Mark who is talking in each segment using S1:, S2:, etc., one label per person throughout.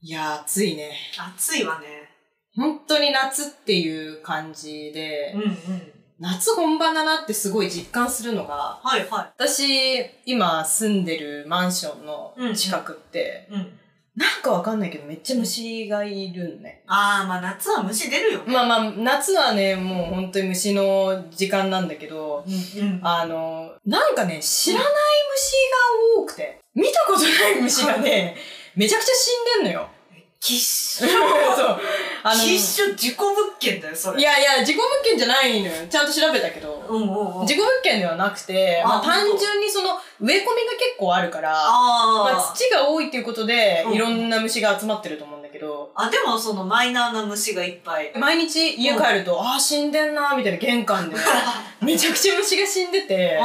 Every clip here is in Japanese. S1: いやー、暑いね。
S2: 暑いわね。
S1: 本当に夏っていう感じで、
S2: うんうん。
S1: 夏本番だなってすごい実感するのが、
S2: はいは
S1: 私、今住んでるマンションの近くって、
S2: い。うん。
S1: なんかわかんないけどめっちゃ虫がいるんね。
S2: あー、まあ夏は虫出るよね。
S1: まあまあ、夏はね、もう本当に虫の時間なんだけど、
S2: うん うん。
S1: あの、なんかね、知らない虫が多くて、見たことない虫がね、めちゃくちゃ死んでんの よ。
S2: キッシ
S1: そ
S2: ュ。
S1: う。あの、
S2: キッシュ事故物件だよ、それ。
S1: いやいや、事故物件じゃないのよ。ちゃんと調べたけど。
S2: うんうんうん。
S1: 事故物件ではなくて、
S2: あ
S1: まあ、単
S2: 本当
S1: 純にその植え込みが結構あるから、まあ
S2: あ、ー。
S1: 土が多いっていうことで
S2: う、ん
S1: いろんな虫が集まってると思うんだけど、
S2: あ、でもそのマイナーな虫がいっ ぱい。
S1: 毎日家帰ると、ああ、死んでんなーみたいな玄 関で、めちゃくちゃ虫が死んでて、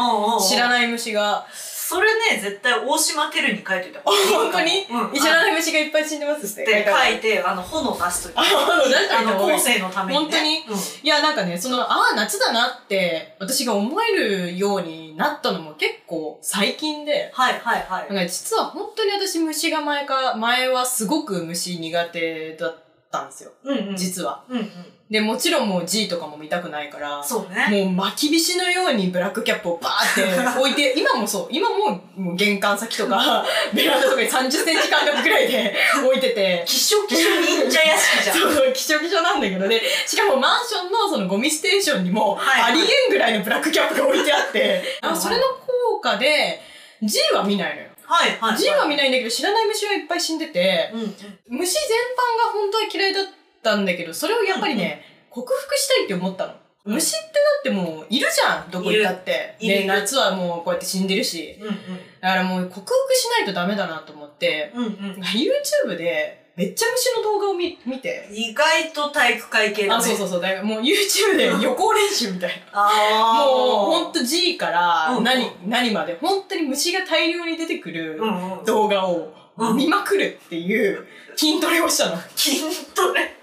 S1: 知ら
S2: い。
S1: ない虫が、
S2: それね、絶対大島テルに書いといた方がいいかも。
S1: 本当に
S2: うん。
S1: 知らない虫がいっぱい死んでますっ
S2: って
S1: 書い
S2: て
S1: てある
S2: 書いて、あの、炎出しといて。
S1: あ炎出しとい
S2: あ
S1: た
S2: の、
S1: 方がいい
S2: 後世のためにね。
S1: 本当に
S2: うん
S1: いや、なんかね、その、ああ、夏だなって、私が思えるようになったのも結構最近で、
S2: はいはいはい。
S1: なんか実は本当に私虫が前か、前はすごく虫苦手だったんですよ。
S2: うんうん。
S1: 実は。
S2: うんうん。
S1: で、もちろんもう G とかも見たくないから、
S2: そうね。
S1: もう巻きびしのようにブラックキャップをバー って置いて、今もそう、今ももう玄関先とか、 ベランダとかに30センチ間隔くらい で置いてて、
S2: きしょきしょ忍者屋敷じゃん。
S1: そう、きしょきしょなんだけどね、しかもマンションのそのゴミステーションにも、あ
S2: はい
S1: りえんぐらいのブラックキャップが置いてあって、 あそれの効果で、G は見ないのよ。
S2: はいはい。
S1: G は見ないんだけど、知らない虫はいっぱい死んでて、
S2: うんうん。
S1: 虫全般が本当は嫌いだったんだけど、それをやっぱりね、克服したいって思ったの。虫ってだってもういるじゃん、どこにだって。
S2: いるいる
S1: ね、
S2: いる
S1: 夏はもうこうやって死んでるし。
S2: うん
S1: だからもう克服しないとダメだなと思って、
S2: うん。うんうん。
S1: YouTube でめっちゃ虫の動画を見見て、
S2: 意外と体育会系だね。
S1: あ、そうそうそう。だからもう YouTube で予行練習みたいな。
S2: ああ。
S1: もうほんと G から
S2: うん
S1: 何、何まで、本当に虫が大量に出てくる
S2: うんうん。
S1: 動画を見まくるっていう筋トレをしたの。
S2: 筋トレ。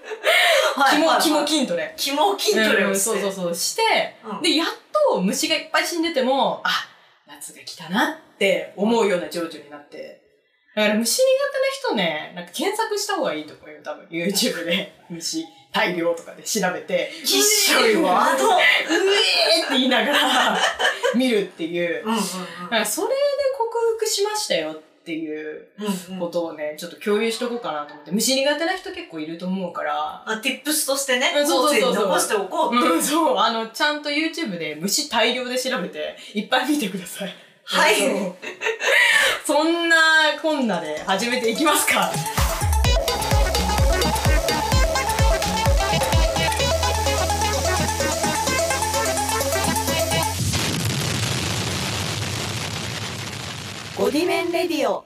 S1: 肝、肝
S2: キ
S1: 筋トレ。
S2: 肝筋トレ
S1: う
S2: を
S1: ん
S2: して。
S1: そうそうそう。して、
S2: うん
S1: で、やっと虫がいっぱい死んでても、あ、夏が来たなって思うような情緒になって。だから虫苦手な人ね、なんか検索した方がいいと思うよ、多分。YouTube で虫大量とかで調べて、
S2: きっし
S1: う
S2: ょ
S1: えー
S2: いわ。
S1: うえーって言いながら見るっていう。
S2: うんうん
S1: だからそれで克服しましたよっていう
S2: うん。うんう
S1: こ
S2: ん。
S1: とをね、ちょっと共有しとこうかなと思って。虫苦手な人結構いると思うから、
S2: あ、ティップスとしてね
S1: う、んそうそうそう
S2: 後世に
S1: そう
S2: 残しておこうって。
S1: うん、そう、あの、ちゃんと YouTube で虫大量で調べて、いっぱい見てください。
S2: はい
S1: そう。そんなこんなで始めていきますか。
S2: ゴディメンレディオ。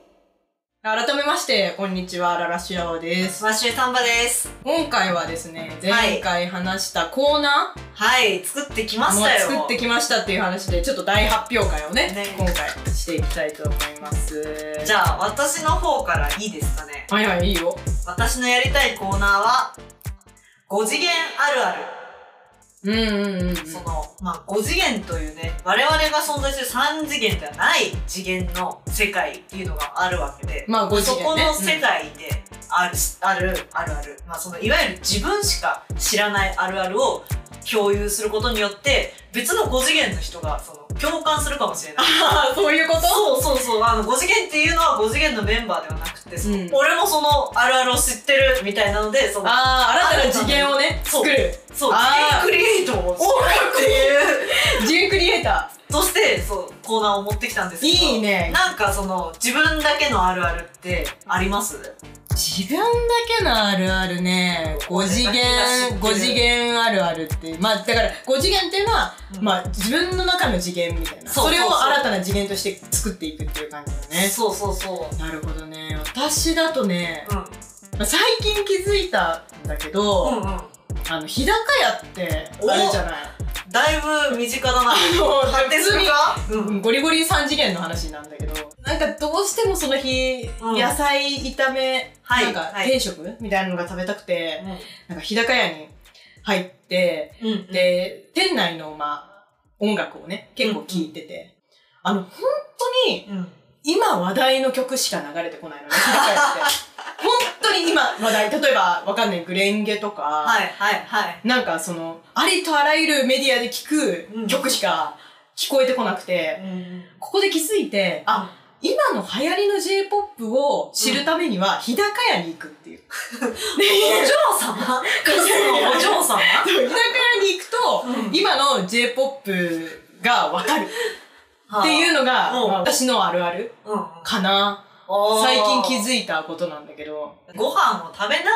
S1: 改めまして、こんにちは、ララシアワです。
S2: マッシュタンバです。
S1: 今回はですね、
S2: はい
S1: 前回話したコーナ
S2: はい、作ってきま
S1: ー
S2: し
S1: も
S2: たよ。
S1: 作ってきましたっていう話で、ちょっと大発表会をね、
S2: ね
S1: 今回していきたいと思います。
S2: じ
S1: ゃ
S2: ゃあ、私の方からいいですかね。
S1: あ、はいはい、いいよ。
S2: 私のやりたいコーナーは、5次元あるある。
S1: うんうんうんうん。
S2: その、まあ、5次元というね、我々が存在する3次元ではない次元の世界っていうのがあるわけで、
S1: まあ、ご自
S2: そ
S1: 身
S2: この世界である、ある、あるある。まあ、その、いわゆる自分しか知らないあるあるを共有することによって、別の5次元の人が、その、共感するかもしれない。
S1: あ あ、そういうこと
S2: そうそうそう。あの、5次元っていうのは5次元のメンバーではなくて、その
S1: うん
S2: 俺もそのあるあるを知ってるみたいなので、その、
S1: ああ、新たな次元をね、
S2: そう
S1: 作る。
S2: そう、
S1: あー
S2: 次元クリエイトを
S1: おー
S2: っていう、
S1: 次元クリエイタ
S2: として、そう、コーナーを持ってきたんです
S1: ー。
S2: けど。
S1: いいね。
S2: なんかその、自分だけのあるあるってあります
S1: 自分だけのあるあるね、5次 元、5次元あるあるって。まあ、だから、5次元っていうのは、まあ、自分の中の次元みたいな。
S2: そう
S1: それ
S2: そう
S1: を
S2: そう
S1: 新たな次元として作っていくっていう感じだね。
S2: そうそうそう。
S1: なるほどね。私だとね、
S2: うん。
S1: まあ最近気づいたんだけ
S2: うん
S1: ど、
S2: うん。
S1: あの、日高屋って
S2: お
S1: あるじゃない。
S2: だいぶ身近だな。
S1: もう
S2: 発展するかう
S1: うん
S2: ん。
S1: ゴリゴリ3次元の話なんだけど、なんかどうしてもその日、
S2: うん
S1: 野菜炒め、
S2: はい
S1: なんか
S2: はい
S1: 定食、みたいなのが食べたくて、なんか日高屋に入って、
S2: うん。で、
S1: で、店内のまあ、音楽をね、結構聴いてて、あの、本当に
S2: うん。
S1: 今話題の曲しか流れてこないのね、日高屋って。本当に今話題、例えばわかんないグレンゲとか、
S2: はいはいはい。
S1: なんかその、ありとあらゆるメディアで聞く曲しか聞こえてこなくて、ここで気づいて、あ、
S2: あ、
S1: 今の流行りの J-POP を知るためには、日高屋に行くっていう。
S2: お嬢様カスのお嬢様
S1: で、日高屋に行くと、
S2: うん
S1: 今の J-POP がわかるっていうのが、
S2: うん
S1: まあ私のあるある
S2: うん
S1: かな。
S2: おー
S1: 最近気づいたことなんだけど。
S2: ご飯を食べなが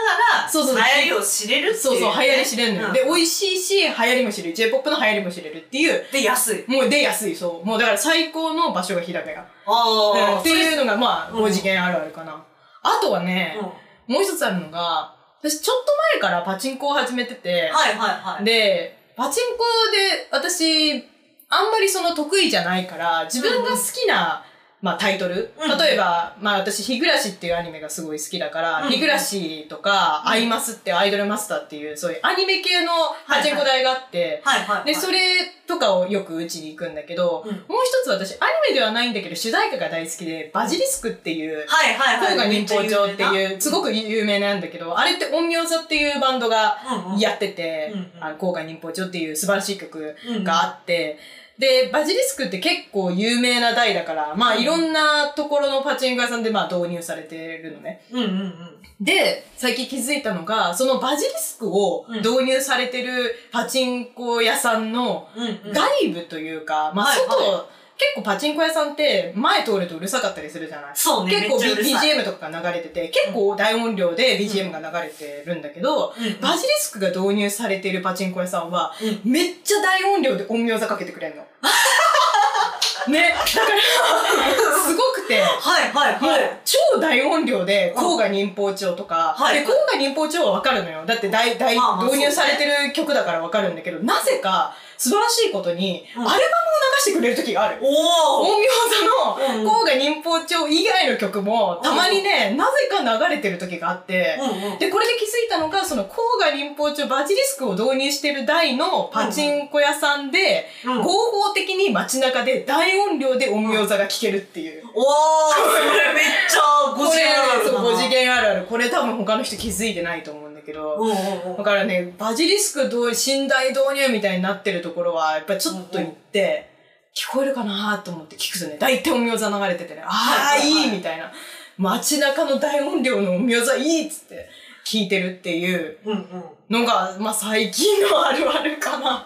S2: ら、
S1: そうそう
S2: 流行りを知れるっていう、ね。
S1: そうそう、流行り知れるのよ。
S2: うん
S1: で、美味しいし、流行りも知れる。J-POP の流行りも知れるっていう、
S2: で、安い。
S1: もうで安い、そう。もうだから最高の場所が日高屋。
S2: あ
S1: っていうのが、まあ、
S2: うん
S1: 5次元あるあるかな。あとはね、もう一つあるのが、私ちょっと前からパチンコを始めてて、
S2: はいはいはい。
S1: で、パチンコで私、あんまりその得意じゃないから、自分が好きな、まあタイトル、
S2: うん
S1: 例えば、まあ私、日暮らしっていうアニメがすごい好きだから、
S2: うん
S1: 日暮らしとか、
S2: うん
S1: アイマスってアイドルマスターっていう、そういうアニメ系のパチンコ台があって、
S2: はいはい、はい。
S1: で、それとかをよくうちに行くんだけど、
S2: うん
S1: もう一つ私、アニメではないんだけど、主題歌が大好きで、バジリスクっていう、
S2: はいはいはい。
S1: 今回忍法帳って
S2: う。
S1: いう、すごく有名なんだけど、あれって陰陽座っていうバンドが
S2: うんうん、
S1: やってて
S2: うん、うん
S1: あの今回忍法帳っていう素晴らしい曲
S2: うん
S1: があって、で、バジリスクって結構有名な台だから、まあ
S2: うん
S1: いろんなところのパチンコ屋さんでまあ導入されてるのね。
S2: うんうんうん。
S1: で、最近気づいたのが、そのバジリスクを導入されてるパチンコ屋さんの
S2: うんうん。
S1: 外部というか、まあ
S2: はい
S1: 外、
S2: は
S1: 結構パチンコ屋さんって前通るとうるさかったりするじゃない
S2: そうね。
S1: 結構
S2: めっちゃうるさい
S1: BGM とかが流れてて、結構大音量で BGM が流れてるんだけど、
S2: うんうん
S1: バジリスクが導入されてるパチンコ屋さんは、
S2: う
S1: めっちゃ大音量で音量座かけてくれん の。ね、だから、すごくて。
S2: はいはい
S1: もう
S2: はい。
S1: 超大音量で、甲賀忍法帳とか、
S2: はい
S1: で、甲賀忍法帳はわかるのよ。だって大、大、
S2: まあまあ
S1: 導入されてる曲だからわかるんだけど、なぜか、素晴らしいことに、
S2: うん
S1: アルバムを流してくれる時がある。
S2: おお
S1: 音
S2: う
S1: 楽
S2: ん
S1: の
S2: うん
S1: 甲賀忍法帳以外の曲も、たまにね、なぜか流れてる時があって、
S2: うんうん。
S1: で、これで気づいたのが、その、甲賀臨法中バジリスクを導入してる台のパチンコ屋さんで、
S2: うん
S1: 合法的に街中で大音量で音量座が聴けるっていう。
S2: おおそれめっちゃ
S1: こ
S2: 5次
S1: れ
S2: 元ある
S1: そう
S2: な。
S1: 5次元あるある。これ多分他の人気づいてないと思うんだけど。
S2: うんうんう
S1: だ
S2: ん。
S1: からね、バジリスク導寝台導入みたいになってるところは、やっぱりちょっと行って、聞こえるかなと思って聞くとね、大体音明座流れててね、ああ、
S2: はいはいはい
S1: いいみたいな。街中の大音量の音明座いいっつって聞いてるっていう
S2: うんうん。
S1: のが、まあ最近のあるあるかな。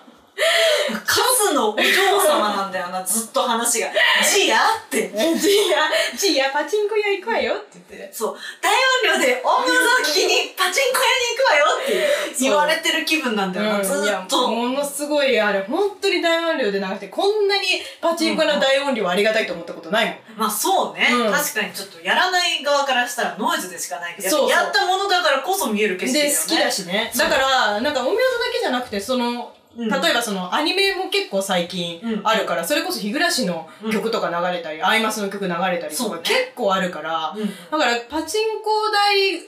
S2: カズのお嬢様なんだよな、ずっと話が。ジアって。
S1: じいや、 じいや、パチンコ屋行くわよって言って。
S2: そう。大音量で音楽を聴きにパチンコ屋に行くわよって言われてる気分なんだよな、ず
S1: いや
S2: っと。
S1: ものすごいあれ本当に大音量でなくてこんなにパチンコの大音量ありがたいと思ったことないもん、
S2: まあそうね、
S1: うん
S2: 確かにちょっとやらない側からしたらノイズでしかないけど、
S1: そうそう
S2: やっぱやったものだからこそ見える景色だよ
S1: で
S2: ね。
S1: 好きだしね
S2: そう
S1: だからなんか音量だけじゃなくてその
S2: うん
S1: 例えばそのアニメも結構最近
S2: うん
S1: あるから、それこそ日暮らしの曲とか流れたり、アイマスの曲流れたりと
S2: そう
S1: か
S2: ね
S1: 結構あるから、
S2: うん
S1: だからパチンコ台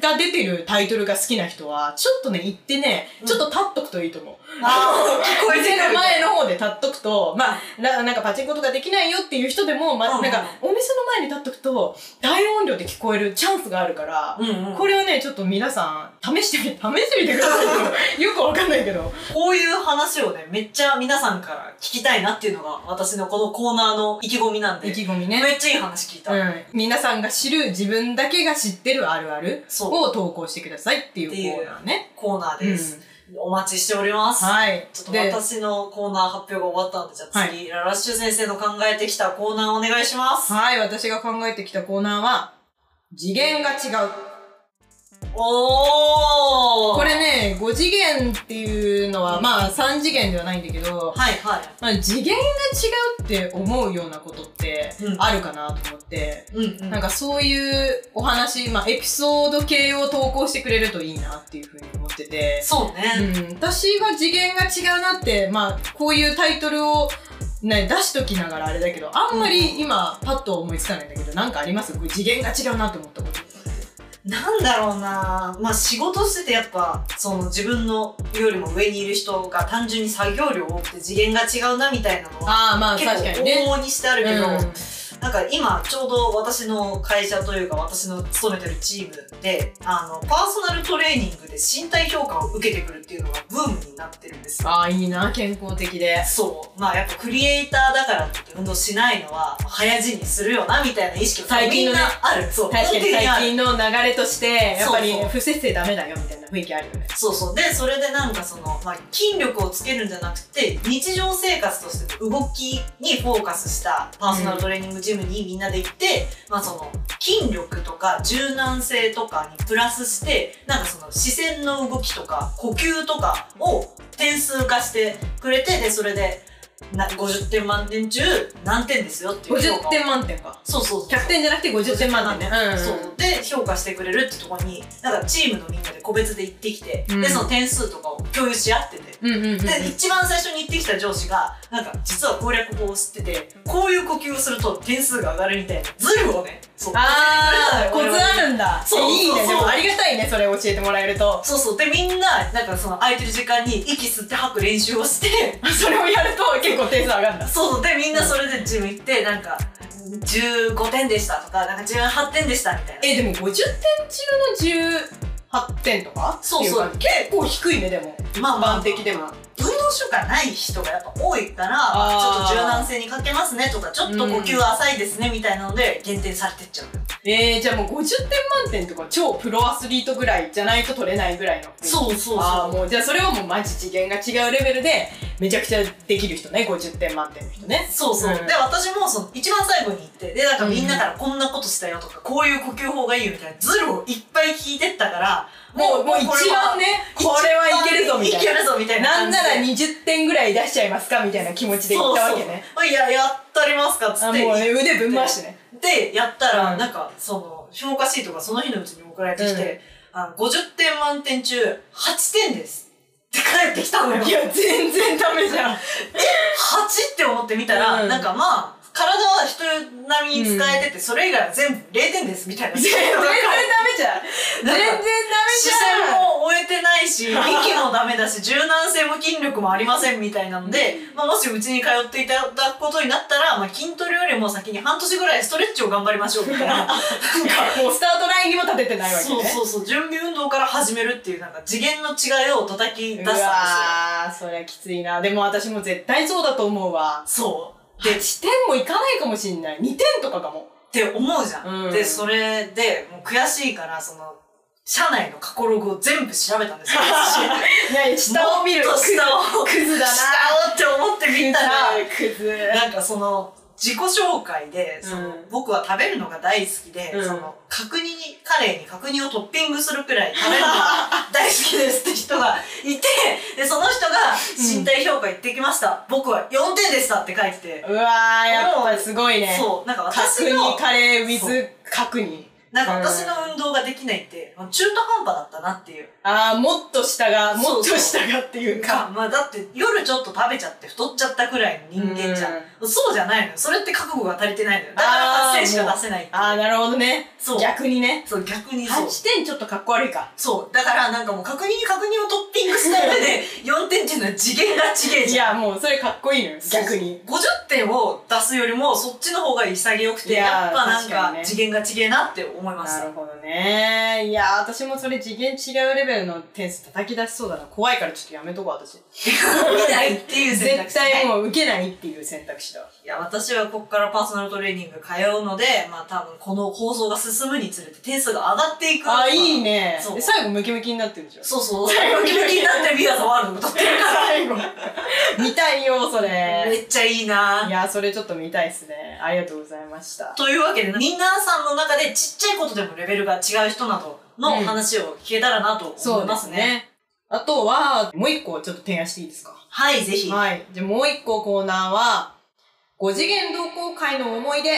S1: が出てるタイトルが好きな人はちょっとね行ってね
S2: うん
S1: ちょっと立っとくといいと思う、
S2: あー聞こえて
S1: 店
S2: く
S1: の
S2: る。
S1: 前の方で立っとくと、
S2: まあ、
S1: ななんかパチンコとかできないよっていう人でも、ま
S2: うんうん
S1: なんかお店の前に立っとくと大音量で聞こえるチャンスがあるから、
S2: うんうん、こ
S1: これをねちょっと皆さん試してみ試してみてください よくわかんないけど
S2: こういう話をね、めっちゃ皆さんから聞きたいなっていうのが私のこのコーナーの意気込みなんで、
S1: 意
S2: め
S1: 気込みね、
S2: っちゃいい話聞いた。
S1: う
S2: っ
S1: ん、皆さんが知る自分だけが知ってるあるある
S2: そう
S1: を投稿してくださいっていう
S2: っていう
S1: コーナーね
S2: コーナーです。お待ちしております。
S1: うん、はい
S2: ちょっと
S1: で
S2: 私のコーナー発表が終わったので、じゃあ次、ララッシュ先生の考えてきたコーナーお願いします。
S1: はい私が考えてきたコーナーは次元が違う
S2: おー
S1: これね5次元っていうのはまあ3次元ではないんだけど、
S2: はいはい。
S1: まあ、次元が違うって思うようなことって
S2: うん
S1: あるかなと思って、
S2: うんうん。
S1: なんかそういうお話、まあ、エピソード系を投稿してくれるといいなっていうふうに思ってて、
S2: そう
S1: う
S2: ね。
S1: ん、私が次元が違うなって、まあ、こういうタイトルを、ね、出しときながらあれだけど、あんまり今パッと思いつかないんだけど、なんかありますこれ次元が違うなと思ったこと。
S2: なんだろうなまあ仕事しててやっぱ、その自分のよりも上にいる人が単純に作業量多くて次元が違うなみたいなのは、
S1: ああ、まあ
S2: 結構
S1: 確かに
S2: 往
S1: ね。
S2: 々にしてあるけど、
S1: うん
S2: なんか今ちょうど私の会社というか私の勤めてるチームであのパーソナルトレーニングで身体評価を受けてくるっていうのがブームになってるんですよ
S1: ああ、いいな、健康的で。
S2: そうまあやっぱクリエイターだからって運動しないのは早死にするよなみたいな意識が
S1: 最近の
S2: み
S1: ね
S2: んなあるそう
S1: 確かに
S2: 根底にあ
S1: 最
S2: る
S1: 近の流れとして、やっぱり
S2: そうそう
S1: 不摂生ダメだよみたいな雰囲気あるよね。
S2: そうそうでそれでなんかその、まあ、筋力をつけるんじゃなくて日常生活として動きにフォーカスしたパーソナルトレーニングジムにみんなで行って、まあ、その筋力とか柔軟性とかにプラスしてなんかその視線の動きとか呼吸とかを点数化してくれてでそれでな50点満点中何点ですよっていう評価
S1: 50
S2: を
S1: 点満点か。
S2: そうそうそう
S1: 100点じゃなくて50点満点ね。うん。
S2: そうで評価してくれるってところになんかチームのみんなで個別で行ってきて、
S1: うん
S2: でその点数とかを共有し合ってて。
S1: うんうんうん。
S2: で一番最初に行ってきた上司がなんか実は攻略法を知っててこういう呼吸をすると点数が上がるみたいなズルをねそう
S1: ああ、コ
S2: 俺
S1: ツ
S2: は
S1: あるんだ。
S2: そう
S1: えいい
S2: そう
S1: ね。
S2: そ
S1: で
S2: う
S1: もありがたいね、それ教えてもらえると。
S2: そうそうでみんななんかその空いてる時間に息吸って吐く練習をして
S1: それをやると結構点数上がるんだ。
S2: そうそうでみんなそれでジム行ってなんか15点でしたとかなんか18点でしたみたいな
S1: え、でも50点中の18点とか
S2: そうそう
S1: ってい感じ結構低いね、でも。
S2: まあまあ
S1: 満的でも。
S2: 運動習慣ない人がやっぱ多いからちょ
S1: あー
S2: っと柔軟性に欠けますねとかちょっと呼吸浅いですねみたいなので減点されてっちゃう、
S1: えー、じゃあもう50点満点とか超プロアスリートぐらいじゃないと取れないぐらいの。う。
S2: うそ
S1: ああ、
S2: う
S1: もうじゃあそれはもうマジ次元が違うレベルで、めちゃくちゃできる人ね、50点満点の人ね。
S2: そうそう、
S1: うん
S2: で私もその一番最後に行ってでなんかみんなからこんなことしたよとかこういう呼吸法がいいよみたいなズルをいっぱい聞いてったから
S1: もう、もう一番ね、これはいけるぞみたい
S2: いけ
S1: な。
S2: るぞみたいな
S1: な
S2: 感
S1: ん
S2: じ
S1: な
S2: で
S1: ら20点ぐらい出しちゃいますかみたいな気持ちでいったわけね。
S2: そうそういややったりますかっつ
S1: あ
S2: っ
S1: もう
S2: て
S1: ね腕ぶん回してね。
S2: でやったら、
S1: うん
S2: なんかその評価シートがその日のうちに送られてきて、あの50点満点中8点ですって返ってきたのよ。
S1: いや、全然ダメじゃん。
S2: 8って思ってみたら、
S1: うん
S2: なんかまあ体は人並みに使えてて、それ以外は全部0点ですみた いな。
S1: 全然ダメじゃん。全
S2: なん
S1: 然ダ
S2: か
S1: メ
S2: 視
S1: じゃ
S2: 線
S1: ん。
S2: も終えてないし、息もダメだし、柔軟性も筋力もありませんみたいなので、まあ、もしうちに通っていただくことになったら、まあ、筋トレよりも先に半年ぐらいストレッチを頑張りましょうみた いな。なんか
S1: もうスタートラインにも立ててないわけね。
S2: そうそうそう準備運動から始めるっていうなんか次元の違いを叩き出したん
S1: わ
S2: ですよ
S1: ー、そりゃきついな。でも私も絶対そうだと思うわ。
S2: そう
S1: で、
S2: でっ
S1: 1点もいかないかもしんない。2点とかかも。
S2: て思うじゃん、
S1: うん
S2: でそれでもう悔しいからその社内の過去ログを全部調べた んですよ私
S1: いやいや、下を見る。
S2: もっと下を
S1: クズだ
S2: 下をって思ってみたら
S1: な。クズ。クズ。
S2: なんかその自己紹介で、そ
S1: う
S2: の
S1: ん
S2: 僕は食べるのが大好きで、
S1: うん
S2: その角煮にカレーに角煮をトッピングするくらい食べる のが大好きですって人がいてでその人が身体評価行ってきました、僕は4点でしたって書いてて、
S1: うわー、やっぱすごいね。
S2: そうなんか私
S1: 角
S2: の
S1: 煮カレー
S2: そ
S1: with 角煮。
S2: なんか私の運動ができないって中途半端だったなっていう
S1: あー、もっと下が、
S2: そ
S1: も
S2: う
S1: っ
S2: そう
S1: と下がっていうか。
S2: か、まあ、だって夜ちょっと食べちゃって太っちゃったくらいの人間じゃん、そうじゃないのよそれって覚悟が足りてないのよだから8点しか出せないっていう
S1: あー、なるほどね。
S2: そう
S1: 逆にね。
S2: そう逆にそう
S1: 8点ちょっとかっこ悪いか。
S2: そう。だからなんかもう確認に確認をトッピングした上 で、4点っていうのは次元が違え
S1: い
S2: じゃ
S1: や、
S2: ん。
S1: もうそれかっこいいのよ。逆に。
S2: そう。50点を出すよりも、そっちの方が潔くて、
S1: いやー
S2: やっぱなん
S1: 確か
S2: か
S1: にね
S2: 次元が違えなって思いまし
S1: な
S2: た。
S1: るほどね。いや、私もそれ次元違うレベルの点数叩き出しそうだな。怖いからちょっとやめとこう、私。
S2: 見ないっていう選択
S1: 絶
S2: 肢、ね。
S1: 対もう受けないっていう選択肢だ。
S2: いや、私はここからパーソナルトレーニング通うので、まあ多分この放送が進むにつれて点数が上がっていく。
S1: あ、いい。ね。
S2: そう
S1: で最後ムキムキになってるじゃん。
S2: そうそう。 最後気になってビアザワールド歌ってるか
S1: 最後。見たいよ、そ
S2: ら。 め
S1: れ。
S2: っちゃいいない
S1: や、それちょっと見たいっすね。ありがとうございました。
S2: というわけで、みんなさんの中でちっちゃいことでもレベルが違う人などの
S1: うん
S2: 話を聞けたらなと思いますね。。
S1: あとは、もう一個ちょっと提案していいですか
S2: はい、ぜひ。
S1: はい。じゃあもう一個コーナーは、5次元同好会の思い出。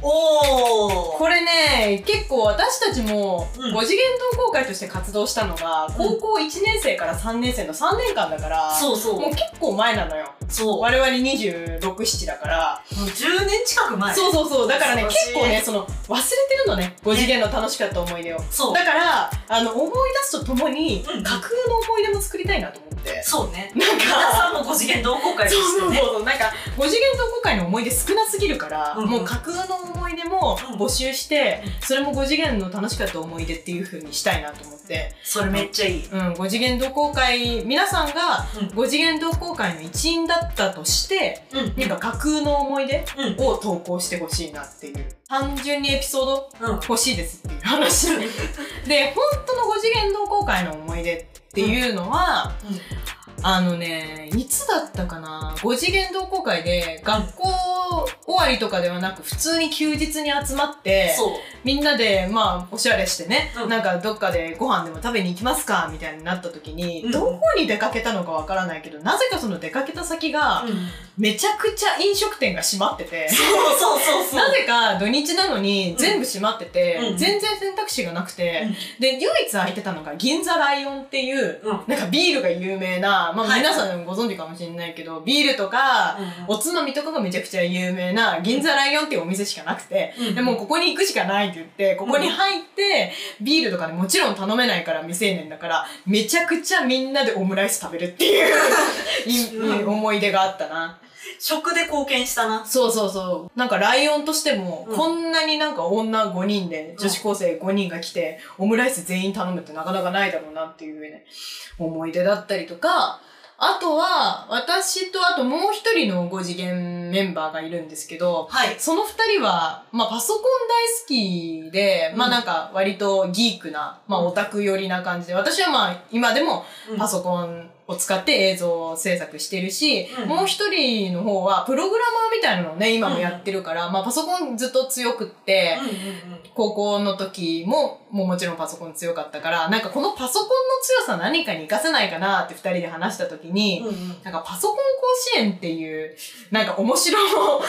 S2: おー。
S1: これね、結構私たちも、
S2: うん
S1: 5次元同好会として活動したのが、高校1年生から3年生の3年間だから、
S2: そうそ
S1: もう
S2: う。
S1: 結構前なのよ。
S2: そう。も
S1: 我々26、7だから、
S2: う10年近く前。。
S1: そううそうそう。だからね、
S2: 懐かしい
S1: 結構ね、その、忘れてるのね、5次元の楽しかった思い出を。
S2: そう。
S1: だから、あの、思い出すとともに、
S2: うん
S1: 架空の思い出も作りたいなと思って。って。
S2: そう ね。
S1: なん
S2: 皆
S1: か、
S2: さんも5次元同好会で
S1: そう
S2: す
S1: そ
S2: よ
S1: う
S2: ね。
S1: そう。なんか、5次元同好会の思い出少なすぎるから、
S2: うんうん
S1: もう架空の思い出も募集して、
S2: う
S1: それも5次元の楽しかった思い出っていう風にしたいなと思って、
S2: それめっちゃいい。
S1: うん、5次元同好会、皆さんが
S2: うん
S1: 5次元同好会の一員だったとして、
S2: うん。うん。
S1: なんか架空の思い出
S2: うん。
S1: を投稿してほしいなっていう。単純にエピソード
S2: うん。
S1: 欲しいですっていう話で本当の5次元同好会の思い出っていうのは、あのねいつだったかな5次元同好会で学校終わりとかではなく普通に休日に集まって
S2: そう。
S1: みんなでまあおしゃれしてね、
S2: うん
S1: なんかどっかでご飯でも食べに行きますかみたいになった時に、
S2: うん
S1: どこに出かけたのかわからないけどなぜかその出かけた先が、
S2: うん
S1: めちゃくちゃ飲食店が閉まってて。
S2: そうそうそうそう。
S1: なぜか土日なのに全部閉まってて、
S2: うん
S1: 全然選択肢がなくて、
S2: うん
S1: で唯一空いてたのが銀座ライオンっていう
S2: うん。うん。
S1: なんかビールが有名な、まあ、
S2: はい
S1: 皆さんご存知かもしれないけど、ビールとかおつまみとかがめちゃくちゃ有名な銀座ライオンっていうお店しかなくて。
S2: うん
S1: でもうここに行くしかないって言って、ここに入って、ビールとかでもちろん頼めないから未成年だから、めちゃくちゃみんなでオムライス食べるっていう いい、いい思い出があったな。
S2: 食で貢献したな。
S1: そうそうそう。なんかライオンとしても、
S2: うん
S1: こんなになんか女5人で、
S2: ん
S1: 女子高生5人が来て、オムライス全員頼むってなかなかないだろうなっていうね、思い出だったりとか、あとは、私とあともう一人の5次元メンバーがいるんですけど、
S2: はい。
S1: その二人は、まあパソコン大好きで、まあ
S2: うん
S1: なんか割とギークな、まあオタク寄りな感じで、私はまあ今でもパソコンを使って映像制作してるし、
S2: うん
S1: もう一人の方はプログラマーみたいなのをね、今もやってるから、まあパソコンずっと強くって、
S2: うんうんうん。
S1: 高校の時も、もうもちろんパソコン強かったから、なんかこのパソコンの強さ何かに活かせないかなって二人で話した時に、
S2: うんうん
S1: なんかパソコン甲子園っていう、なんか面白、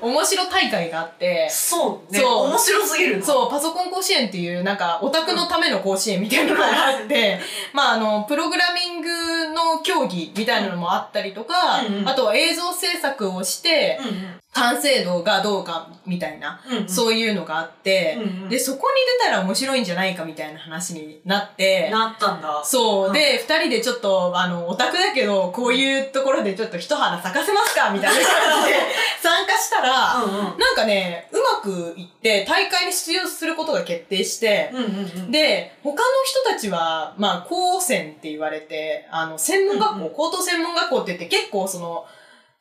S1: 面白大会があって、
S2: そうね。
S1: そう
S2: 面白すぎるの。
S1: そう、パソコン甲子園っていう、なんか、オタクのための甲子園みたいなのがあ って、まあ、あの、プログラミングの競技みたいなのもあったりとか、
S2: うんうん
S1: あとは映像制作をして、
S2: うんうん。
S1: 完成度がどうかみたいな、
S2: うんうん。
S1: そういうのがあって、
S2: うんうん
S1: で、そこに出たら面白いんじゃないかみたいな話になって、
S2: なったんだ。
S1: そうう。
S2: ん
S1: で、二人でちょっと、あの、オタクだけど、こういうところでちょっと一花咲かせますかみたいな感じ で参加したら、
S2: うんうん。
S1: なんかね、うまくいって、大会に出場することが決定して、
S2: うんうんうん。
S1: で、他の人たちは、まあ、高専って言われて、あの、専門学校、
S2: うんうん
S1: 高等専門学校って言って、結構その、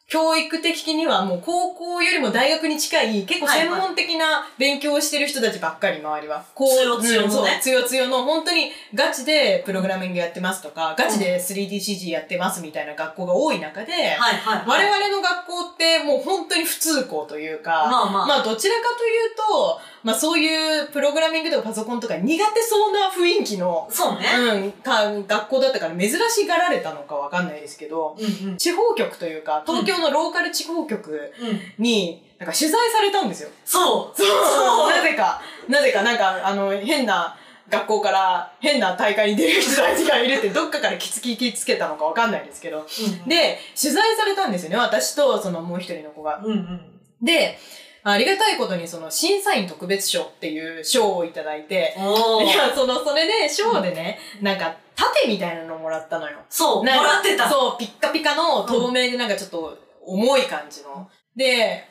S1: 教育的にはもう高校よりも大学に近い、結構
S2: はいはい
S1: 専門的な勉強をしてる人たちばっかり、周りは。こ
S2: 強強のね
S1: うんそう強強の、本当にガチでプログラミングやってますとか、ガチで 3DCG やってますみたいな学校が多い中で、
S2: はいはい。
S1: 我々の学校ってもう本当に不通校というか、
S2: まあまあ。
S1: まあどちらかというと、まあそういうプログラミングとかパソコンとか苦手そうな雰囲気の、
S2: そうね。
S1: うん、か学校だったから珍しがられたのかわかんないですけど、
S2: うんうん。
S1: 地方局というか、東京のローカル地方局
S2: うん。
S1: に、なんか取材されたんですよ。
S2: そう。
S1: そうなぜか、なぜかなんか、あの、変な学校から変な大会に出る人たちがいるって、どっかからきつききつけたのかわかんないですけど。
S2: うんうん、
S1: で、取材されたんですよね、私とそのもう一人の子が。
S2: うんうん。
S1: で、ありがたいことにその審査員特別賞っていう賞をいただいて、
S2: お
S1: い
S2: ー。
S1: や、その、それで賞でね、なんか盾みたいなのもらったのよ。
S2: そう、も
S1: なんから
S2: ってた。
S1: そう、ピッカピカの透明でなんかちょっと重い感じの。で、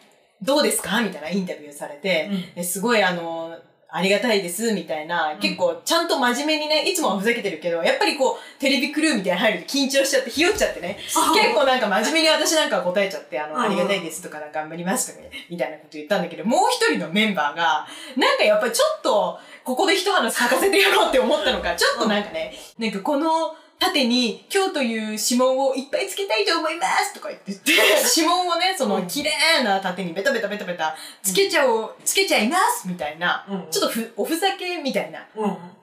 S1: どうですかみたいなインタビューされて、
S2: うん
S1: ですごいあの、ありがたいです、みたいな
S2: う、ん
S1: 結構ちゃんと真面目にね、いつもはふざけてるけど、やっぱりこう、テレビクルーみたいに入ると緊張しちゃって、ひよっちゃってね、
S2: そ う
S1: 結構なんか真面目に私なんか答えちゃって、あの、
S2: うん
S1: ありがたいですとか、なんか頑張りますとか、みたいなこと言ったんだけど、もう一人のメンバーが、なんかやっぱりちょっと、ここで一花咲かせてやろうって思ったのか、ちょっとなんかね、なんかこの、縦に、今日という指紋をいっぱいつけたいと思いますとか言 ってて、指紋をね、そうの、
S2: ん
S1: 綺麗な縦にベタベタベタベタ、つけちゃおう、つけちゃいますみたいな、
S2: うん、
S1: ちょっとふ、おふざけみたいな
S2: と、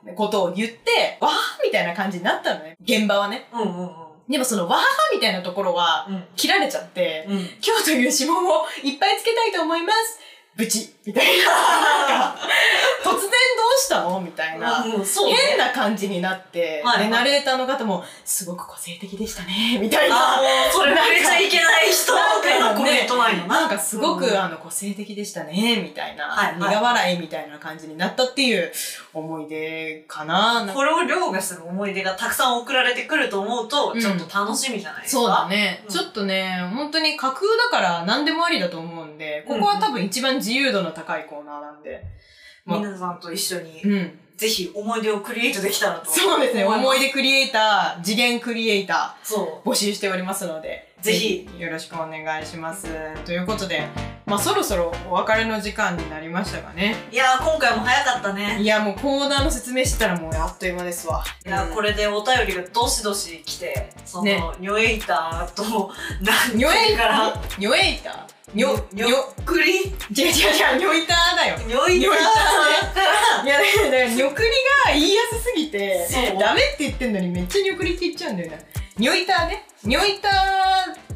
S2: うん
S1: ことを言って、わーみたいな感じになったのね、現場はね。
S2: うんうん
S1: でもその、わーみたいなところは、
S2: うん
S1: 切られちゃって、
S2: うん
S1: 今日という指紋をいっぱいつけたいと思います。ブチみたい な。突然どうしたのみたいな。
S2: うん、そうね。
S1: 変な感じになって、
S2: はい
S1: でナレーターの方も、すごく個性的でしたね、みたいな。
S2: あー、それ
S1: なんか
S2: 触れちゃいけない人
S1: な
S2: が
S1: ん
S2: コ
S1: か
S2: メ
S1: ね
S2: ントないの
S1: なんかすごく、
S2: うん
S1: あの個性的でしたね、みたいな、
S2: はいはい
S1: 苦笑いみたいな感じになったっていう思い出かな。なんか
S2: これを凌駕する思い出がたくさん送られてくると思うと、
S1: うん
S2: ちょっと楽しみじゃないですか。
S1: そうだね、
S2: うん
S1: ちょっとね、本当に架空だから何でもありだと思うんで、ここは多分一番自由度の高いコーナーなんで。まあ
S2: 皆さんと一緒に、
S1: うん。
S2: ぜひ思い出をクリエイトできたらと。
S1: そうですね。
S2: 思います
S1: 思い出クリエイター、次元クリエイタ
S2: そ
S1: ー、募集しておりますので、
S2: ぜひ
S1: よろしくお願いします。ということで、まあそろそろお別れの時間になりましたかね。
S2: う。いやー、今回も早かったね。
S1: いや、もうコーナーの説明してたらもうあっという間ですわ。
S2: いやー、こ
S1: れ。
S2: れでお便りがどしどし来て、その、
S1: ね
S2: ニョエイターと、なん
S1: ニョエイ
S2: か
S1: タ
S2: ら、
S1: ーニョエイターニョ、ニ
S2: ニ
S1: ョ、違
S2: ョ
S1: う
S2: クリ、
S1: 違う違う、ニョイターだよ。
S2: ニョイターから、
S1: いや、だから、ニョクリが言いやすすぎて
S2: そう、
S1: ダメって言ってんのにめっちゃニョクリって言っちゃうんだよな。ニョイターね。ニョイタ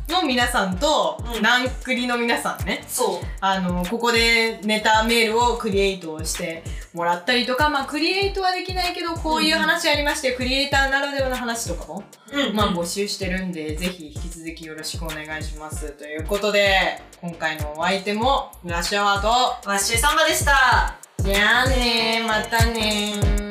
S1: ーの皆さんと、
S2: うん
S1: ナンクリの皆さんね。
S2: そう。
S1: あの、ここでネタメールをクリエイトをしてもらったりとか、まあ、クリエイトはできないけど、こういう話ありまして、クリエイターならではの話とかも、
S2: うん
S1: まあ、募集してるんで、ぜひ引き続きよろしくお願いします。ということで、今回のお相手も、ラッシュアワーと、
S2: ワッシュサンバでした。
S1: じゃあねー、またねー。